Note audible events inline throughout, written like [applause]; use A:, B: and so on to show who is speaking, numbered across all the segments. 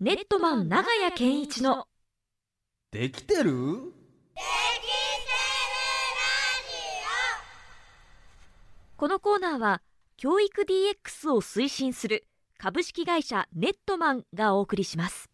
A: ネットマン長屋健一の
B: できてる
A: このコーナーは教育 DX を推進する株式会社ネットマンがお送りします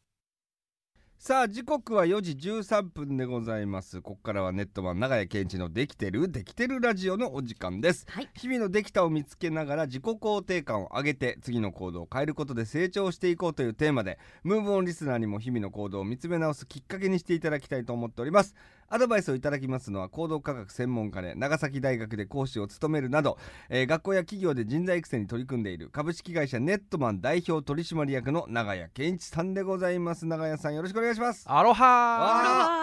B: さあ時刻は4時13分でございますここからはネットマン長屋健一のできてるできてるラジオのお時間です
A: はい
B: 日々のできたを見つけながら自己肯定感を上げて次の行動を変えることで成長していこうというテーマでムーブオンリスナーにも日々の行動を見つめ直すきっかけにしていただきたいと思っておりますアドバイスをいただきますのは行動科学専門家で長崎大学で講師を務めるなど、えー学校や企業で人材育成に取り組んでいる株式会社ネットマン代表取締役の長谷健一さんでございます長谷さんよろしくお願いします
C: アロ
B: あ
C: ハ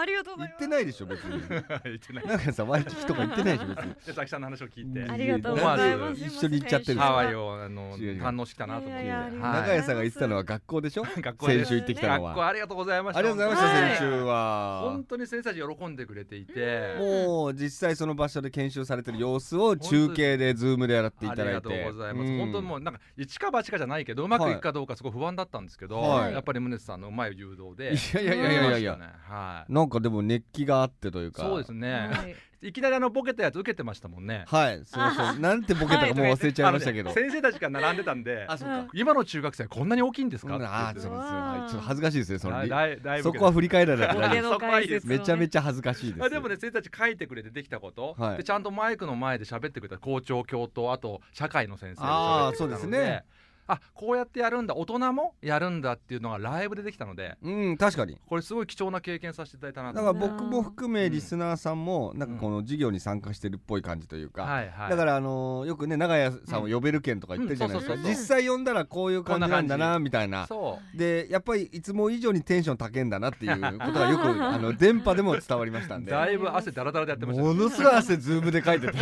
B: ら
D: ありがとうござい
B: 言っ
D: ます。
B: てないでしょ別 [laughs] に
C: [laughs] 言ってない。
B: 長谷さん割り聞きとか言ってないでしょ別に
C: 佐々木さんの話を聞いて
B: うん
D: ありがとうござい
C: 思わ
D: ま
B: ず
D: す。
B: 一緒に行っちゃってる
C: ハワ
D: はい
C: イをあの
B: 違う違う
C: 堪能してきたなと思って。
D: いやいや
C: は
B: 長
C: い
B: 谷さんが言ってたのは学校でしょ
C: 学校で
B: 先週行ってきたの
C: 学校
B: は
C: ありがとうございました。
B: ありがとうございました、
D: はい
B: 先週は
C: 本当に先生たち喜んでくれていて。
B: もう実際その場所で研修されてる様子を中継でズームでやってい
C: あ
B: た
C: り
B: だ
C: が
B: い
C: とう
B: て
C: ございます、
B: うん
C: 本当にもうなんか一か八かじゃないけどうまくいくかどうかすごい不安だったんですけど、
B: はい
C: やっぱり宗さんのうまい誘導で
B: いやいやいやいやいやいや
C: ねはい
B: なんかでも熱気があってというか
C: そうですね、
D: はい
C: い、きなりあのボケたやつ受けてましたもんね
B: はいすいませんなんてボケたかもう忘れちゃいましたけど
C: あのね先生たちが並んでたんで
B: あそうか
C: 今の中学生はこんなに大きいんです
B: うん
C: かって言
B: あ
C: っ
B: ー
C: て
B: そうです
D: う
B: はい
D: わー
B: ちょっと恥ずかしいですねその
C: だいだいぶ
B: そこは振り返らないと大
D: ボ
B: 丈
D: ケ
B: 夫
D: の解説
B: めちゃめ
D: ち
B: ちゃ恥ずかしいです
C: あでもね先生たち書いてくれてできたこと、
B: はい
C: でちゃんとマイクの前で喋ってくれた校長教頭あと社会の先生も喋
B: あ
C: っ
B: ー
C: て
B: そ
C: く
B: う
C: れ
B: で
C: た
B: す
C: の
B: ね
C: であこうやってやるんだ大人もやるんだっていうのがライブでできたので
B: うん確かに
C: これすごい貴重な経験させていただいたなと
B: だ
C: 思
B: か
C: っ
B: ら
C: て
B: 僕も含め
C: うん
B: リスナーさんもなんかこの授業に参加してるっぽい感じというか、
C: はいはい
B: だからあのーよくね長屋さんを呼べる件とか言ってるじゃないですか、
C: うんうんそう
D: そう
B: 実
D: そう
B: 際呼んだらこういう感じなんだなみたいな
C: そ
B: でやっぱりいつも以上にテンション高いんだなっていうことがよ
C: [laughs]
B: くあの電波でも伝わりましたん
C: う
B: で。
C: だいぶ汗だらだらでやってましたね
B: ものすごい汗ズームで書い
C: [laughs]
B: てて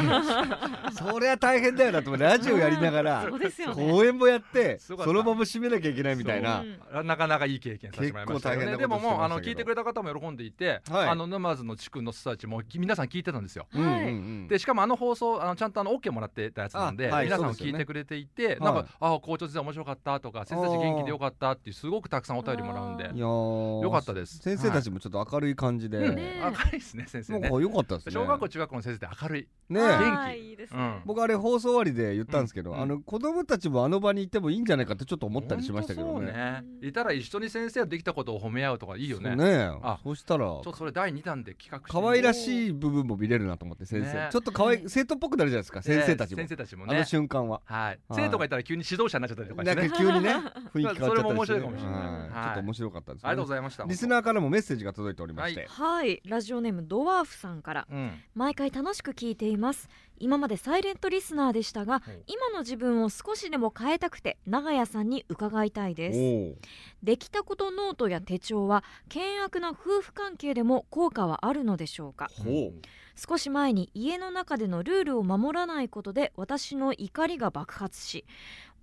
B: そりゃ大変だよなと思ってラジオやりながら
D: そうですよね。
B: 公演もやって
C: す
B: そ
C: ごかった
B: のまま締めなきゃいけないみたいな
D: そう
C: あなかなかいい経験させてもらいましたよ
B: 結
C: ね
B: 構大変
C: で
B: なこ
C: も
B: としてましたけど
C: もうあの聞いてくれた方も喜んでいて、
B: はい
C: あの沼津の地区の人たちも皆さん聞いてたんですよ
B: うんうん
D: は
B: う
D: い
B: ん
C: でしかもあの放送あのちゃんとあの OK もらってたやつなんで、
B: あはい
C: 皆さ
B: そ
C: ん
B: う
C: も
B: ですよね
C: 聞いてくれていて、なん
B: はい
C: か「ああ校長先生面白かった」とか「先生たち元気でよかった」っていうすごくたくさんお便りもらうん
D: あ
C: で
D: ー
B: いやよ
C: よかったです
B: 先生たちもちょっと明るい感じで、
C: うん
D: ね
C: 明るいですね先生
B: なん
C: ね
B: か良かったですね
C: 小学校中学校の先生って明るい
B: ね
C: 元気
D: はいいいですね。
B: 僕あれ放送終わりで言ったんですけど、
C: うん
B: あの子供たちもあの場にいてもいいんじゃないかってちょっと思ったりしましたけど
C: ほんと
B: ね。
C: そうねいたら一緒に先生ができたことを褒め合うとかいいよね
B: そう
C: ち
B: ね
C: あ
B: そうしたら
C: ょっとそれ第2弾で企画して
B: 可愛らしい部分も見れるなと思って先生、
C: ね
B: ちょっと可愛い生徒っぽくなるじゃないですか先生たちも、
C: ね先生たちも
B: あの
C: ね
B: 瞬間は。
C: はい生徒がいたら急に指導者になっちゃったりとか
B: な
C: し
B: ん
C: て
B: か
C: ね
B: 急
C: [laughs]
B: にね雰囲気変わっちゃったりして、ね、
C: それも面白いかもしれない
B: うん
C: はい
B: ちょっと面白かったです、
C: ありがとうございました
B: リスナーからもメッセージが届いておりまして、
C: は
D: はい、ラジオネームドワーフさんから
C: うん
D: 毎回楽しく聞いています。今までサイレントリスナーでしたが
C: い、
D: 今の自分を少しでも変えたくて長屋さんに伺いたい
B: お
D: です。
B: ー
D: できたことノートや手帳は険悪な夫婦関係でも効果はあるのでしょうか。
B: ほ
D: 少し前に家の中でのルールを守らないことで私の怒りが爆発し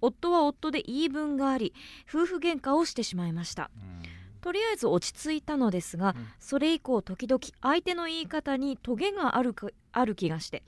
D: 夫は夫で言い分があり夫婦喧嘩をしてしまいましたとりあえず落ち着いたのですが、
C: うん
D: それ以降時々相手の言い方にトゲがあるかある気がして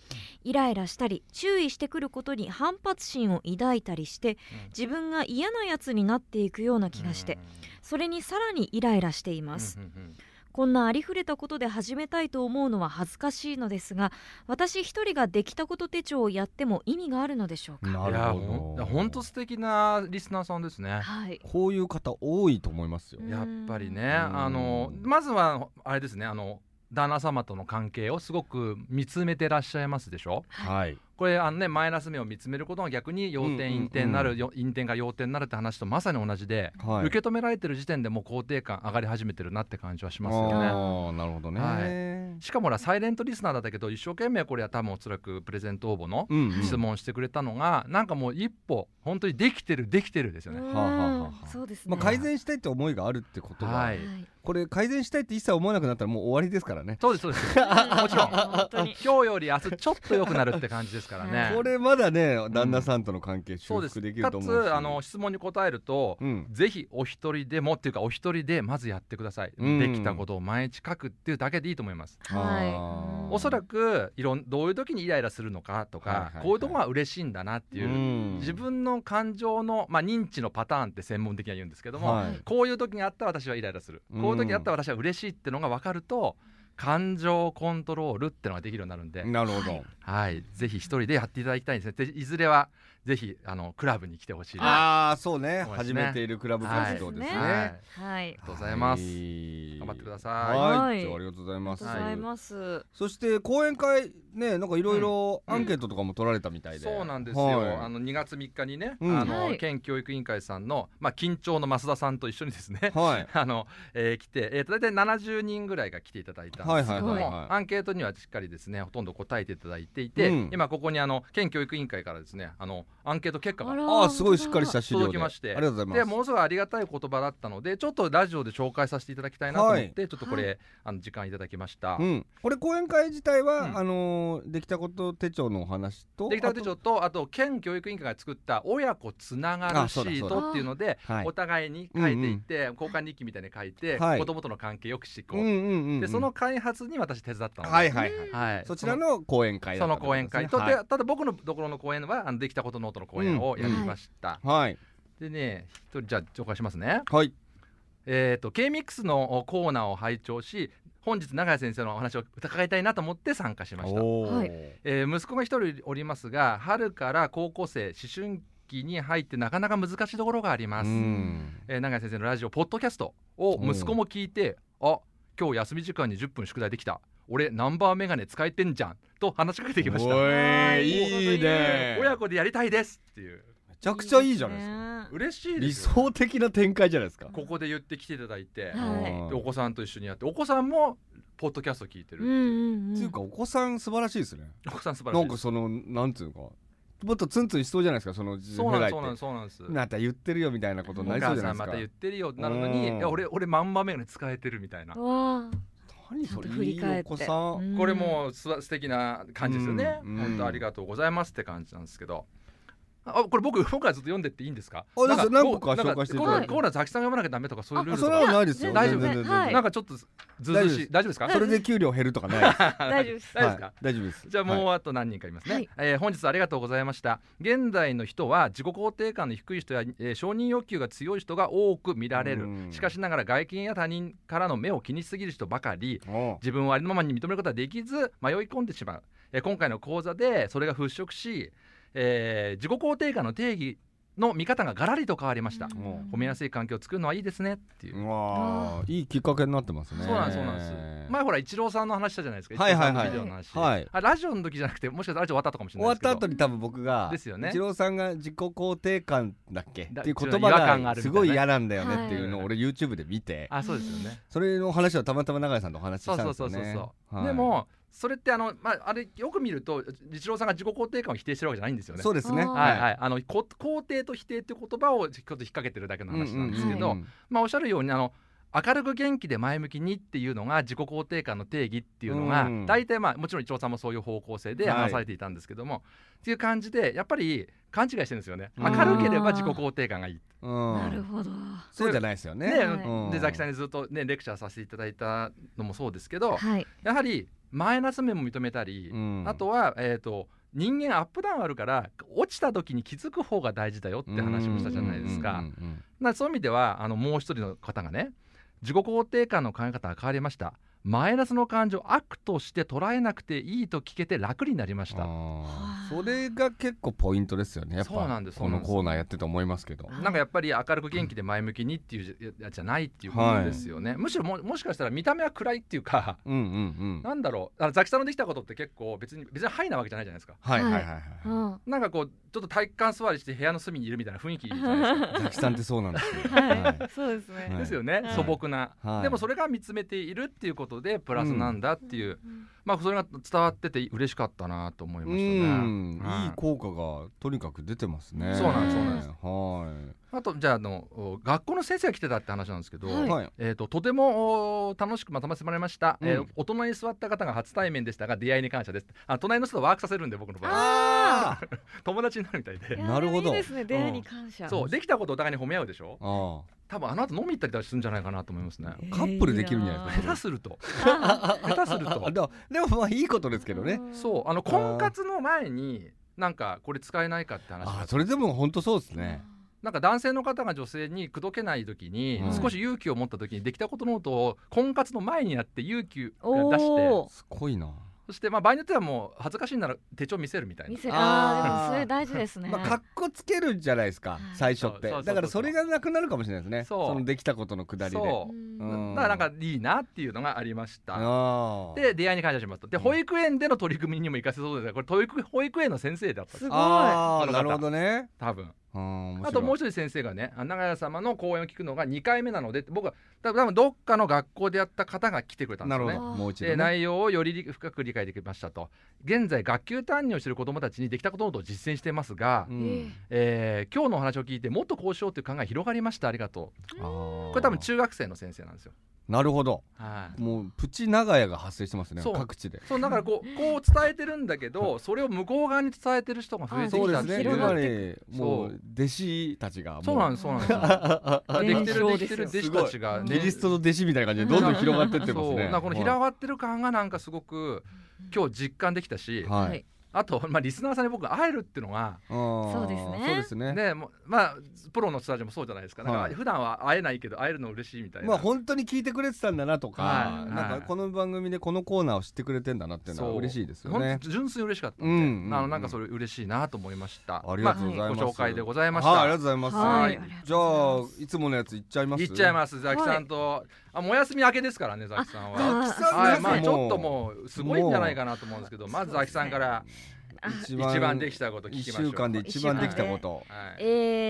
D: イライラしたり注意してくることに反発心を抱いたりして
C: うん
D: 自分が嫌なやつになっていくような気がしてそれにさらにイライラしています
C: うんうんうん
D: こんなありふれたことで始めたいと思うのは恥ずかしいのですが私一人ができたこと手帳をやっても意味があるのでしょう
B: う
D: か
B: ないる
C: や
B: ほ
C: ほ
B: ど
C: んほんと素敵なリスナーさんですね
D: はい
B: こういう方多いと思いますよ、
D: うん
C: やっぱり
D: う
C: ね
D: ん
C: あのまずはあれですねあの旦那様との関係をすごく見つめてらっしゃいますでしょ
B: はい
C: これあのねマイナス面を見つめることが逆に
B: う
C: 要
B: んうんうん
C: 点陰点になるよ陰点が要点になるって話とまさに同じで
B: はい
C: 受け止められてる時点でもう肯定感上がり始めてるなって感じはしますよね。
B: ああなるほどね、
C: はい
B: うん
C: しかもほらサイレントリスナーだったけど一生懸命これは多分おそらくプレゼント応募の
B: うん
C: 質問してくれたのがなんかもう一歩本当にできてるできてるですよね。
D: うん
B: はあはあはあ
D: そうですね、
B: まあ、改善したいって思いがあるってことは、
C: はい
D: はい
B: これ改善したいって一切思わなくなったらもう終わりですからね。 [laughs]
C: そうですそうです。
D: うん
C: もちろん
D: 本当に
C: 今日より明日ちょっと良くなるって感じですですから
B: [laughs]
C: ね。
B: これまだね旦那さんとの関係
C: そ
B: 修
C: うです
B: 復でき
C: か
B: ると思うし
C: つあの質問に答えると、
B: うん
C: ぜひお一人でもっていうかお一人でまずやってください、
B: うん
C: できたことを毎日書くっていうだけでいいと思います、
B: あー
C: おそらくいろんどういう時にイライラするのかとか、
B: はいはいはい
C: こういうとこが嬉しいんだなってい
B: う
C: う、
B: ん
C: 自分の感情の、まあ、認知のパターンって専門的には言うんですけども、
B: はい
C: こういう時にあったら私はイライラする、
B: うん
C: こういう時にあったら私は嬉しいってのが分かると感情コントロールってのができるようになるんで、
B: なるほど
C: はい、ぜひ一人でやっていただきたいですねでいずれはぜひあのクラブに来てほしいな
B: ああそうね
C: そうです
B: 始
C: ね
B: めているクラブ活動です
D: そうですね
B: ね
C: は
D: はい。
C: いありがとうございます
B: はい
C: 頑張ってください
B: は
D: はい
B: じゃあありがとうござい
D: ありがと
B: ます
D: うございます。
B: そして講演会ねなんかいろいろ
C: うん
B: アンケートとかも取られたみたいで、
C: そうなんですよ、
B: はい
C: あの2月3日にね、
B: うん
C: あの
D: はい
C: 県教育委員会さんの、まあ、緊張の増田さんと一緒にですね
B: はい
C: [laughs] あの、えー来て、えー、と大体70人ぐらいが来ていただいたんですけども、
B: はいはいはいはい
C: アンケートにはしっかりですねほとんど答えていただいていて、
B: うん
C: 今ここにあの県教育委員会からですねあのアンケート結果が
B: ああすごいしっかりした資料で
C: 届きまして
B: ありがとうございます
C: でものすごいありがたい言葉だったのでちょっとラジオで紹介させていただきたいなと思って、ちょっとこれ、
D: は
C: あの時間いただきました。
B: うん、これ講演会自体は、
C: うん
B: あのーできたこと手帳のお話と
C: できた手帳とあと県教育委員会が作った親子つなが
B: あ
C: るシ
B: そうだ
C: ー
B: そう
D: だ
C: トっていうので
B: あとはい
C: お互いに書いていって、交換日記みたいに書いて、
B: はい
C: 子供との関係よくしていこう、
B: うんうんうんうん
C: でその開発に私手伝ったので、
B: はいはいはい、
C: はい
B: そちらの講演会だ
C: そ
B: ったってことで
C: の講
B: す
C: 演
B: ね
C: 会と、
B: はい
C: でただ僕のところの講演はあのできたことノートの講演をやりました、
B: はい
C: でね一人じゃあ紹介しますね
B: はい
C: えー、と K-MIX のコーナーを拝聴し本日永井先生のお話を伺いたいなと思って参加しました
B: おー
D: は
C: えー息子が一人おりますが春から高校生思春期に入ってなかなか難しいところがありま
B: う
C: す、
B: ん
C: えー永井先生のラジオポッドキャストを息子も聞いてあ今日休み時間に10分宿題できた俺ナンバーメガネ使えてんじゃんと話しかけてきました
B: おい
D: い
B: いいね
C: 親子でやりたいですっていう
B: めちゃくちゃいいじゃないですか
D: か。
C: 嬉しい
B: 理
C: ですよ
B: 想的な展開じゃないですか、
C: ここで言ってきていただいて、
D: はい
B: うん
C: でお子さんと一緒にやってお子さんもポッドキャスト聞いてる、
D: うんうんうん。
B: っていうかお子さん素晴らしいですね
C: お子さん素晴
B: な
C: らしい
B: ん
C: で
B: か
C: す
B: そのなんていうのかもっとツンツンしそうじゃないですかその
C: そうなんですそう
B: 世
C: なん
B: 代
C: ですそうなんです
B: ってまた言ってるよみたいなことにな
C: お
B: りそう
C: 母
B: じゃないです
C: さんま
B: か
C: た言ってるよってなるのに、
B: うん
C: いや俺俺マンバメガネ使えてるみたいな、
D: わあ。
B: 何
D: ちゃ
B: そ
D: ん
B: れ
D: と振り返って。
B: いいお子さん、
D: う
C: これもうす素敵な感じですよね、
B: うん
C: 本当ありがとうございますって感じなんですけどあこれ僕僕からずっと読んでっていいんですか
B: あ
C: なん
B: です何個か紹介してい
C: コ
B: た
C: ー
B: だ
C: ナ
B: いて
C: ーコーナーザキさんが読まなきゃダメとかそういうルー
B: あ
C: ル
B: そ
C: と
B: れは
C: か
B: ないですよ
D: 大
C: 丈夫
B: 全然全然
D: はい
C: なんかちょっとずずうずうしい大丈夫ですか、 [laughs]
B: それで給料減るとかないです
C: 大
D: 大丈夫です。
C: 大丈夫ですか、
B: はい大丈夫です
C: じゃあも
B: は
C: うあと何人かいますね、
D: はい
C: えー本日はありがとうございました現代の人は自己肯定感の低い人や、えー承認欲求が強い人が多く見られ
B: う
C: る
B: ん
C: しかしながら外見や他人からの目を気にしすぎる人ばかり
B: いおう
C: 自分をありのままに認めることはできず迷い込んでしまう、えー今回の講座でそれが払拭し、えー自己肯定感の定義の見方ががらりと変わりました、
B: んも
C: 褒めやすい環境を作るのはいいですねっていう、
B: うわあいいきっかけになってますね
C: そうなんですそうなんです前ほらイチローさんの話したじゃないですか、
B: はいはいはい
C: イチローさんのビデオの話、
B: はい
C: あラジオの時じゃなくてもしかしたらラジオ終わったとかもし
B: 終
C: れない
B: わ
C: で
B: っ
C: すけど
B: た後に多分僕が
C: ですよね
B: 一郎さんが自己肯定感だっけっ
C: だ
B: ていう言
C: 違う違う違和
B: 葉
C: 感があ
B: が
C: るみたいなね
B: すごい嫌なんだよねっていうのを俺 YouTube で見て
C: あそうですよね。
B: それの話をたまたま永井さんとお話しし
C: そう
B: たん
C: そ
B: で
C: う
B: す
C: そ
B: よ
C: う
B: ね
C: そうそ
B: は
C: う。
B: い
C: でもそれってあのまああれよく見ると日郎さんが自己肯定感を否定してるわけじゃないんですよね。
B: そうですね
D: あー
C: はいはい、あのこ肯定と否定っていう言葉をちょっと引っ掛けてるだけの話なんですけど、
B: うんうんうん
C: まあおっしゃるようにあの明るく元気で前向きにっていうのが自己肯定感の定義っていうのが、
B: うん
C: 大体まあもちろん一郎さんもそういう方向性で
B: はい
C: 話されていたんですけども、っていう感じでやっぱり勘違いしてるんですよね
B: うん
C: 明るければ自己肯定感がいい、
B: うん
D: なるほど。
B: そうじゃないですよね
C: ね
B: うん
C: でザキさんにずっと、ね、レクチャーさせていただいたのもそうですけど、
D: はい。
C: やはりマイナス面も認めたり、
B: うん
C: あとは、えー、と人間アップダウンあるから落ちた時に気づく方が大事だよって話もしたじゃないです
B: うん
C: か。
B: うんうんうん
C: なそういう意味ではあのもう一人の方がね自己肯定感の考え方が変わりましたマイナスの感情を悪として捉えなくていいと聞けて楽になりました。
B: あー
D: はあ
B: それが結構ポイントですよねやっぱ
C: そうなんです
B: このコーナーやってて思いますけど
C: なんかやっぱり明るく元気で前向きにっていうじゃじゃないっていうことですよね、むしろももしかしたら見た目は暗いっていうか [laughs]
B: うんうんうん
C: なんだろうあのザキさんのできたことって結構別に別にハイなわけじゃないじゃないですか
B: はいはいはいは
D: う
B: い
D: ん。
C: なんかこうちょっと体育館座りして部屋の隅にいるみたいな雰囲気じゃないですか
B: ザキさんってそうなんです
D: [laughs]
B: よ
D: はい。そうですね。
B: はい
C: ですよね、
D: はい
C: 素朴な、
B: はい
C: でもそれが見つめているっていうことことでプラスなんだっていう、まあそれが伝わってて嬉しかったなと思いうましたね。
B: ん、
C: はい
B: い効果がとにかく出てますね。
C: そうなん
D: ですそう
C: なんです
B: は
C: あとじゃああのお学校の先生が来てたって話なんですけど、
B: い。
D: はい
B: はい。
C: えー、ととてもお楽しくまとめてもらいました、
B: うん
C: えーお隣に座った方が初対面でしたが出会いに感謝ですあ隣の人とワークさせるんで僕の場合
B: あー
C: 友達になるみたいで
D: いや
B: なるほど
D: でもいいですね出会いに感謝、
C: そうできたことをお互いに褒め合うでしょ
B: あ
C: 多分あの後飲み行ったりとかするんじゃないかなと思いますね
B: カップルできるんじゃないです
C: 下手すると
D: か
C: 下手する
B: ー。あ、
C: と
B: でもでもまあいいこと [laughs] ですけどね。
C: そうあの婚活の前になんかこれ使えないかって話
B: あ
C: が
B: ー、それでも本当そうですね。
C: なんか男性の方が女性に口説けない時に、
B: うん
C: 少し勇気を持った時にできたことノートを婚活の前にやって勇気を
D: お
C: 出して
D: お
B: すごいな。
C: そしてまあ場合によってはもう恥ずかしいなら手帳見せるみたいな
D: 見せ
B: あー
D: あーでもそれ大事ですね、
B: まあ、かっこつけるじゃないですか
D: い、
B: 最初って
C: そうそうそうそ。う
B: だから、それがなくなるかもしれないですね。
C: そう
B: そのできたことのくだりで。
C: そう
D: うん
B: う
C: だからなんかいいなっていうのがありました。
B: あー
C: で出会いに感謝しますとで
B: うん
C: 保育園での取り組みにも生かせそうですがこれ保育保育園の先生だったんです
D: すごい
B: あ
C: こ
B: あ、
C: の
B: な
C: 方
B: るほどね。
C: 多分
B: あ
C: あともう
B: う
C: 一人先生がねあ長屋様の講演を聞くのが2回目なので僕は多分多分どっかの学校でやった方が来てくれたんで
B: な
C: す
B: る
C: よ
B: ほ
C: ね
B: ど。。もう一
C: で
B: 度ね。
C: 内容をより理深く理解できましたと現在学級担任をしている子どもたちにできたことなどを実践していますが、
B: うん
C: えー今日のお話を聞いてもっとこうしようという考え広がりましたありがとう
B: あー
C: これ多分中学生の先生なんですよ。
B: なるほど。
C: はい
B: もうプチ長屋が発生してますね
C: そう
B: 各地で
C: そうだからこうこう伝えてるんだけどそれを向こう側に伝えてる人が増えて
B: そう
C: き
B: で
C: た
B: す
C: っ
B: ね
C: てい
B: つ
C: う
D: 広
B: ま
D: がっ
B: りも
C: そう
B: 弟子たちがも
C: そうなん
B: [laughs] で
C: ですそうなんですできてるできてる弟
B: す
C: 子
B: ごい
C: たちが
D: うん
C: ね
B: キリストの弟子みたいな感じでどんどん広がってってます
C: そう
B: ね
C: なんかこの広がってる感がなんかすごく今日実感できたし、
B: はい、
D: はい
C: あと、まあ、リスナーさんに僕会えるっていうのが、
B: そう
D: ですね
B: そうですね
C: ねもうまあ、プロの人たちもそうじゃないですかなんか、
B: はい
C: 普段は会えないけど会えるの嬉しいみたいな、
B: まあ本当に聞いてくれてたんだなとか、
C: はい
B: なんかこの番組でこのコーナーを知ってくれてんだなっていうのは
C: そう
B: 嬉しいですよ
C: ほん
B: ね
C: と純粋に嬉しかったんで、
B: うんうんうん
C: あのなんかそれ嬉しいなと思いました
B: ありがとうございます、
C: まあご紹介でございました、
B: はいありがとうございます、
D: はい
B: はいじゃあいつものやついっちゃいます
C: いっちゃい
B: す
C: ますザキさんと、あもうお休み明けですからねザキさんは。
B: ザキさん
C: はい、
B: ですね
C: まあちょっと
B: も
C: もうすごいんじゃないかなと思うんですけど、まずザキさんから
D: あ
B: う
C: 一番できたこと聞き
B: 一
C: ましょう。
B: 週間で一番できたこと
C: はい。
D: え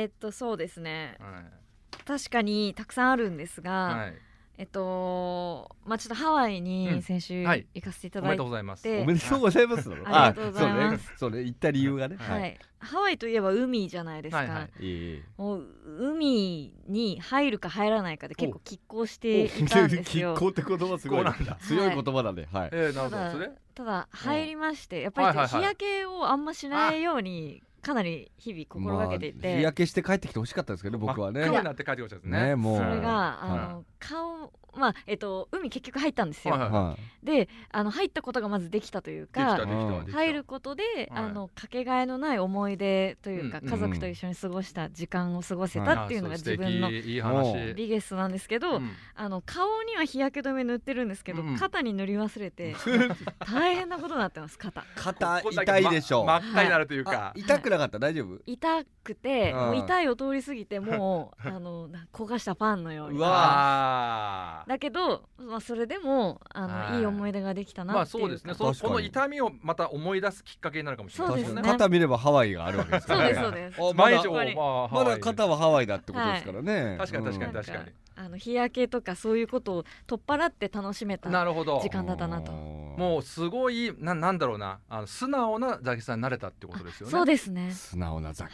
D: ー、っとそうですね
C: はい
D: 確かにたくさんあるんですが、
C: はい。
D: えっとまあちょっとハワイ
C: うん
D: に先週
C: はい
D: 行かせていた
C: おめ
D: だ
C: で
D: いて、
C: とうございます。
D: で
B: おめでとうございますの。
D: ありがとうございます
B: あそうね、そうね、言った理由がね。
C: はい
D: はいハワイといえば海じゃないですか、
C: はいはい
B: い。いい。
D: もう海に入るか入らないかで結構拮抗していたんです
B: 拮
D: よ
B: 抗って言葉すごい
C: [laughs] 拮
B: な
C: 抗なんだ。
B: 強い言葉だね。はい。
C: えー、
D: た
C: なるほど。
D: だ
C: それ。
D: ただ入りましてやっぱ
C: はいはい
D: り
C: はい
D: 日焼けをあんましないようにかなり日々心がけてい
B: まあ
D: て、
B: 日焼けして帰ってきてほしかったですけど、僕はね
C: 真っ。赤になって帰ってこちゃうんですね。
B: ねもう
D: それが、あ
C: は
D: の顔まあえっと海結局入ったんですよ、
C: はい
B: は
D: であの入ったことがまずできたという
C: できたで
D: か
C: きたできた。
D: 入ることで、あのかけがえのない思い出というか、
C: うん
D: 家族と一緒に過ごした時間を過ごせたっていうのが
C: あーそ
D: 自分の
C: 素敵いい話。
B: うん
D: ビゲストなんですけど、
C: うん
D: あの顔には日焼け止め塗ってるんですけど、
C: うん
D: 肩に塗り忘れ
C: [laughs]
D: て大変なことになってます肩
B: い。肩
C: ここだけ
B: 痛いでしょう
C: ま。真っ赤になるというか
B: あ。痛くなかった、大丈夫。
D: 痛くて、
B: うん
D: もう痛いを通り過ぎてもうあのな焦がしたパンのように
B: うわ
C: ああ。
D: だけど、まあ、それでもあの、
C: はい
D: い、い思い出ができた
C: ま
D: な
C: あ
D: っていう
C: そうですね。その
B: 確か
C: こ
B: に
C: の痛みをまた思い出すきっかけになるかもしれな
D: そ
C: い
D: うです
C: ね
D: ね。
B: 肩見ればハワイがあるわけです
D: そ
B: か
D: う
B: ら
D: で
B: ね。
D: すそうです
B: あ
C: 毎
B: ま
C: 日
B: だ
D: ここに
C: まあ
B: まだ
C: は
B: 肩はハワイだってことですからね。
C: 確かに確か
D: な
C: に
D: んか
C: 確かに。
D: あの日焼けとかそういうことを取っ払って楽しめた
C: なるほど
D: 時間だったなと
C: も
B: も
C: うすごいななんだろうなあの素直なザキさんになれたってことですよね
D: そうですね
B: う素直なザキ。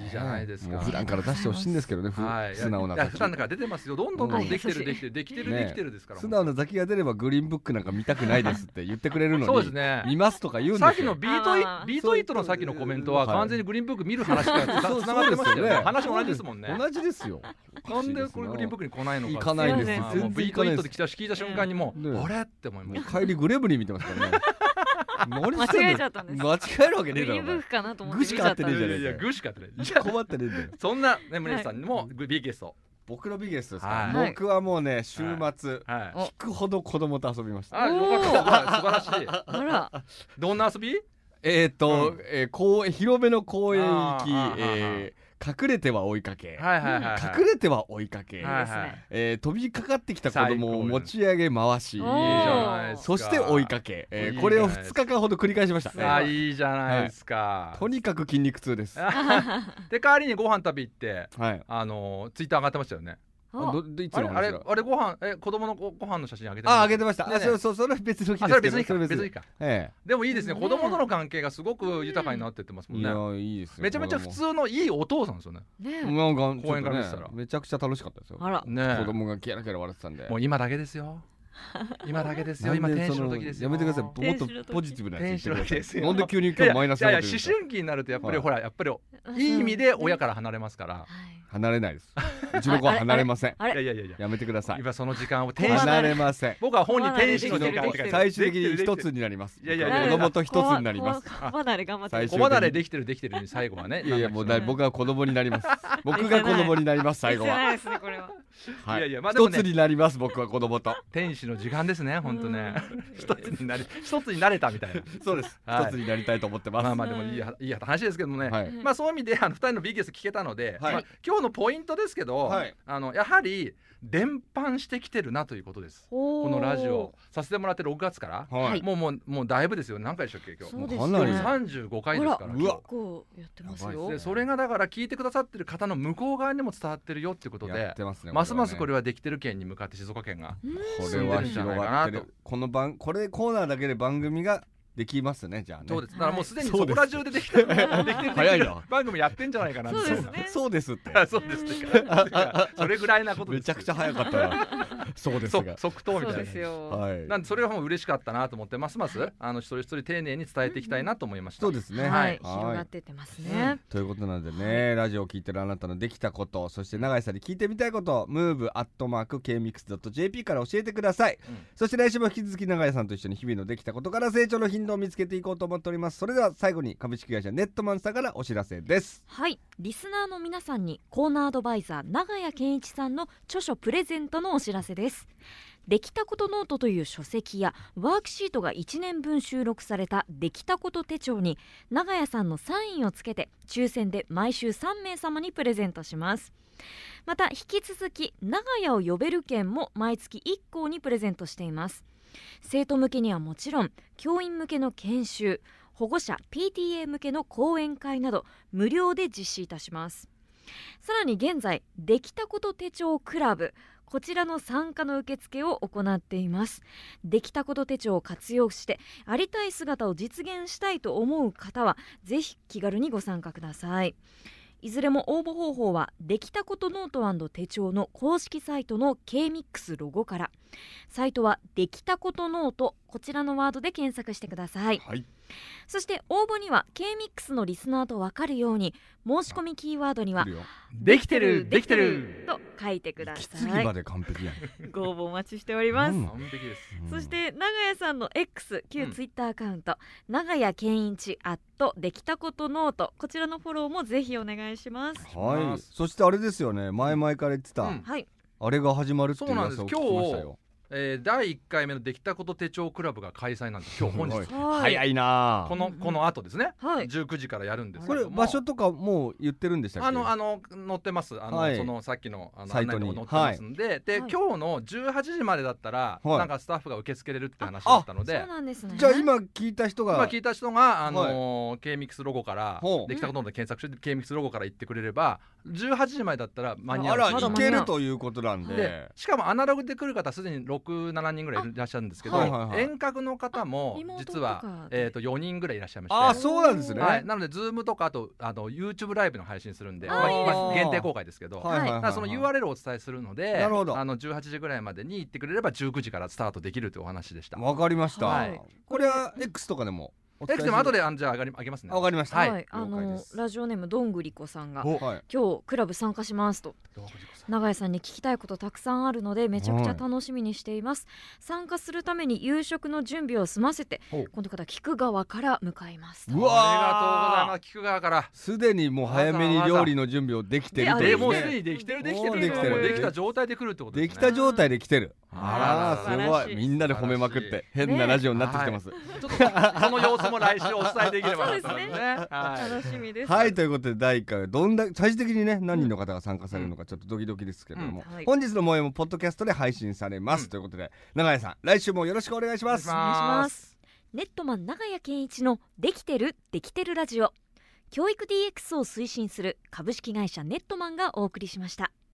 C: いいじゃないですか
B: もう普段から出してほしいんですけどね。ふ
C: はい、
B: 素直ない
C: や
B: ザ
C: 普
B: キ。
C: 段だから出てますよどんどんど
D: う
C: んどん
D: ん
C: できて
D: は
C: る
D: い
C: できてるできてる
B: ね
C: できてるですから
B: 素直なザキが出ればグリーンブックなんか見たくないですって言ってくれるのに
C: そうですね
B: 見ますとか言うんです
C: さ
B: よ
C: っきのビートイ
D: あー
C: ビートイットのさっきのコメントは
B: はい
C: 完全にグリーンブック見る話からつな
B: そう
C: つながってましたよ
B: そう
C: ね
B: ですよね
C: 話同じですもんね
B: 同じですよ
C: なんでこれグリーンブ
B: ク
C: ックに来ないのか
B: 行かない
D: です
C: まあ
D: 全
C: もう
B: 然
C: ビー
B: 行か
C: トイ
B: ないで
C: ット
B: す
C: で来た聞いた瞬間にもう、
B: ね
C: あれって思いました
B: 帰りグレムリン見てますからね何してんの
D: 間違えちゃったんです
B: 間違えるわけ
D: グ
B: ねえ
D: リ
B: だ
D: ーンブ
B: ろ
D: ックかなと思っ
B: ぐ
D: て
B: し
D: 見
B: か
D: ちゃった
B: 合ってねえじゃねえ
C: いやぐしかってない
B: お前困ってねえんだよ [laughs]
C: そんなね宗さんにもグビーゲスト
B: 僕のビゲストですか、
C: はい
B: 僕はもうね週末、
C: はい
D: お
B: 引くほど子供と遊びました
C: あよかった素晴らし
D: あら
C: いどんな遊び
B: えっ、ー、と、
C: うん
B: えー公園広めの公園行き
C: あー、
B: えー隠れては追いかけ、
C: はいはいはいはい
B: 隠れては追いかけ、
C: はい
D: ですね
B: えー飛びかかってきた子供を持ち上げ回
D: 最
B: し
C: い
D: 高
C: いじゃないですか
B: そして追いかけ、えー
C: いいじゃない
B: これを2日間ほど繰り返しました、
C: あーいいじゃないですか、
B: とにかく筋肉痛です、は
C: [laughs]
B: [laughs]
C: で代わりにご飯食べ行って
B: い、
C: あのーツイッター上がってましたよね
B: あ
D: あ
B: どどいつ
C: あれ
B: の話だ
C: あれあれご飯え子供のごご飯の写真あげて
B: ああげてました、
C: ね
B: あそれそうそれは別の日
C: あ
B: で
C: それ
B: すけど
C: 別にいいか別にいい
B: に
C: か
B: え
C: でもいいですね
D: ね
C: 子供との関係がすごく豊かになってってます
B: え
C: もん
B: いや
C: ね
B: いいですよ
C: めちゃめちゃ普通のいいお父さんですよね
D: ねえ
B: なんか
C: 公園から見
B: ち
C: て
B: ょっ
C: たら
B: とねめちゃくちゃ楽しかったですよ
D: あら
C: ね
B: 子供がキャラキャラ笑ってたんで
C: もう今だけですよ今だけですよ今
B: なんで
C: 天使
B: そ
C: の時ですよ
B: やめてくださいもっ
D: 天使
B: と
D: の時
B: ポジティブなや
C: 天
B: つ
C: 使
B: 言
C: の
B: って
C: 時
B: くだ
C: です
B: さい
C: よ
B: なんで急に今日マイナス
C: いやいや
B: なこと言うんです
C: 思
B: か
C: 春期になるとやっぱり
B: はい
C: ほらやっぱりいい意味で親から離れますから
D: はい
B: 離れないですうちの子は離れません
D: あれ
C: いやいやいやいや
B: やめてください
C: 今その時間を天使
B: 離れません
C: 僕は本に天
D: 子
C: 使
B: う
C: の
B: ち
C: 時
B: の
C: 間
D: で
C: っ
D: き
C: て
D: て
C: 書
D: る
B: 子
C: い
B: 最
C: て
B: 終的に一
C: で
B: つ
C: きてる
B: になります
C: いやいやいや
B: 子供と一つになります
D: 子離れ頑張って
B: 最
D: る
B: 終
C: 子離れできてるできてるのに最後はね
B: いやいやもうだい僕は子供になり
C: [laughs]
B: ます僕が
D: が
B: 子
D: 子
B: 供
D: 供
B: になります最後
D: 切
B: は
D: ないですねこれは
B: はい
C: やいやまあでも
B: 一
C: ね
B: つになります僕は子供と
C: 天使の時間ですね本当
B: [laughs]
C: ね
D: うん
C: 一つになれ一つになれたみたいな
B: そうです
C: はい
B: 一つになりたいと思ってます
C: まあまあでもいいやいい話ですけどもね、
B: はい
C: まあそういう意味であの2人のビギネス聞けたので、
B: はい
C: まあ、今日のポイントですけど、
B: はい
C: あのやはり伝播してきてるなということです
D: こ
C: このラジオさせてもらって6月から、
B: は
D: はいい
C: もうもうもうだいぶですよ何回でしたっけ今日
D: そうです
B: もうかなり
D: ね
C: 35回ですから
B: うわ
D: 結構やってます
B: やばい
D: よ
B: っ
C: でそれがだから聞いてくださってる方の向こう側にも伝わってるよってことで
B: やってますね
C: ますますこれ
B: は
C: はできてる県に向かって静岡県が
D: うん
B: こ
C: 進
B: れ
C: んで
B: は
C: るんじゃな
B: 広
C: いかなと
B: がってるこの番これコーナーだけで番組ができますねじゃあね
C: そうです
D: は
C: だ
D: い
C: からもうすでに
B: そう
C: そ
B: です
C: こら中でできてるでき
B: [laughs]
C: てる
B: 早いな
C: 番組やってんじゃないかなって
D: そうですね
B: そうですって
C: そうですねそれぐらいなこと
B: め
C: です
B: ちゃくちゃ早かったなそうです
C: そ
B: が
C: 即答み
D: そう
C: たい
D: です
C: な
D: よ
B: はい
C: なんでそれはもう嬉しかったなと思ってますますあの一人一人丁寧に伝えていきたいなと思いました
B: そうですね
D: はい
B: はい
D: 広がってってますね
B: ということなんでね、ラジオを聞いてるあなたのできたことそして永井さんに聞いてみたいこと、move.kmix.jp から教えてください、
C: うん
B: そして来週も引き続き永井さんと一緒に日々のできたことから成長の頻度を見つけていこうと思っておりますそれでは最後に株式会社ネットマンさんからお知らせです
D: はいリスナーの皆さんにコーナーアドバイザー長谷健一さんの著書プレゼントのお知らせですできたことノートという書籍やワークシートが1年分収録されたできたこと手帳に長谷さんのサインをつけて抽選で毎週3名様にプレゼントしますまた引き続き長屋を呼べる券も毎月1校にプレゼントしています生徒向けにはもちろん教員向けの研修保護者 PTA 向けの講演会など無料で実施いたしますさらに現在できたこと手帳クラブこちらの参加の受付を行っていますできたこと手帳を活用してありたい姿を実現したいと思う方はぜひ気軽にご参加くださいいずれも応募方法はできたことノート手帳の公式サイトの KMIX ロゴからサイトはできたことノートこちらのワードで検索してください
B: はい
D: そして応募には K-MIX のリスナーと分かるように申し込みキーワードには
B: 来るよ
C: できてるできてる
D: と書いてくだ
B: き
D: さ
B: 継ぎ
D: い
B: まで完
C: [laughs]
B: 璧やん
D: ご応募お待ちしております、
B: うん
C: 完璧です
D: そして長谷さんの X 旧ツイッターアカウント、長谷健一アットできたことノートこちらのフォローもぜひお願いします
B: はいそしてあれですよね前々から言ってた、
C: うん
D: はい
B: あれが始まるっていう噂を聞きました
C: そうなんです
B: よ
C: えー第1回目のできたこと手帳クラブが開催なんです今日本日
B: すごい
D: は
B: 早いなあ
C: このこの後ですね
D: はい
C: 19時からやるんです
B: こ
C: け
B: れ
C: ども
B: 場所とかもう言ってるんでしたっけ
C: あのあの載ってますあの、
B: はい
C: そのさっきのあの
B: サイ
C: 案
B: ト
C: 内
B: に
C: のも載ってますんで、で、
D: はい
C: 今日の18時までだったら、
B: はい
C: なんかスタッフが受け付けれるって話だったの
D: そう
C: で
D: なんですね
B: じゃあ今聞いた人が
C: 今聞いた人が、あのー K-MIX ロゴから
B: ほう
C: できたことで検索して K-MIX ロゴから行ってくれれば18時までだったら間に合
B: あ
C: う
B: ら
D: まだ
B: い
D: 間に合う
B: けるということなんで、
C: でしかもアナログで来る方すでに67人ぐらいいらっしゃるんですけど、
D: あはい
B: はいはい
C: 遠隔の方も
D: あリモートとか
C: 実は、えー、と4人ぐらいいらっしゃいまして
B: あーそうなんですね、
C: はい、なので Zoom とかあとあの YouTube ライブの配信するんで
D: あー
C: まあ
D: いいです
C: まあ
B: ね
C: 限定公開ですけど、
B: はいはいはいはい
C: だからその URL をお伝えするので
B: なるほど
C: あの18時ぐらいまでに行ってくれれば19時からスタートできるというお話でした。
B: わかりました、
C: はい
B: これは X とかでもお伝え
C: X でも後であのじゃあ上がり上げますね。
B: あわかりました
C: はい。
D: はいあ
B: 了解で
D: の
B: す
D: ラジオネームどんぐりこさんが
B: おはい
D: 今日クラブ参加しますと長谷さんに聞きたいことたくさんあるのでめちゃくちゃ楽しみにしています、参加するために夕食の準備を済ませて
B: ほう
D: 今度から菊川から向かいます
B: う
C: ありがとうござい
B: わ
C: ま
B: ー
C: す。菊川から。
B: すでにもう早めに料理の準備をできてる
D: わ
B: と
D: ざ
B: い
C: で
B: う
C: もうす
B: ね
C: でにできてるできて
B: おー
C: る
B: できてる
C: もうできた状態で来るってこと
B: で
C: です
B: き
C: ね。
B: た状態で来てる
C: あ
B: あ
C: ら
D: ら
B: らすご
D: 素晴らし
B: い
D: い
B: みんなで褒めまくって変な
D: ね
B: ラジオになってきてます、
C: ちょっとその様子も来週お伝えできればなと思いますね。は
D: 楽しみです
B: はいということで第1回はどんだ最終的にね何人の方が参加されるのかちょっとドキドキですけれども、
D: うんはい
B: 本日の模様もポッドキャストで配信されます、
C: うん
B: ということで永井さん来週もよろしくお願いします
D: お願いしますネットマン長谷健一のできてるできてるラジオ教育 DX を推進する株式会社ネットマンがお送りしました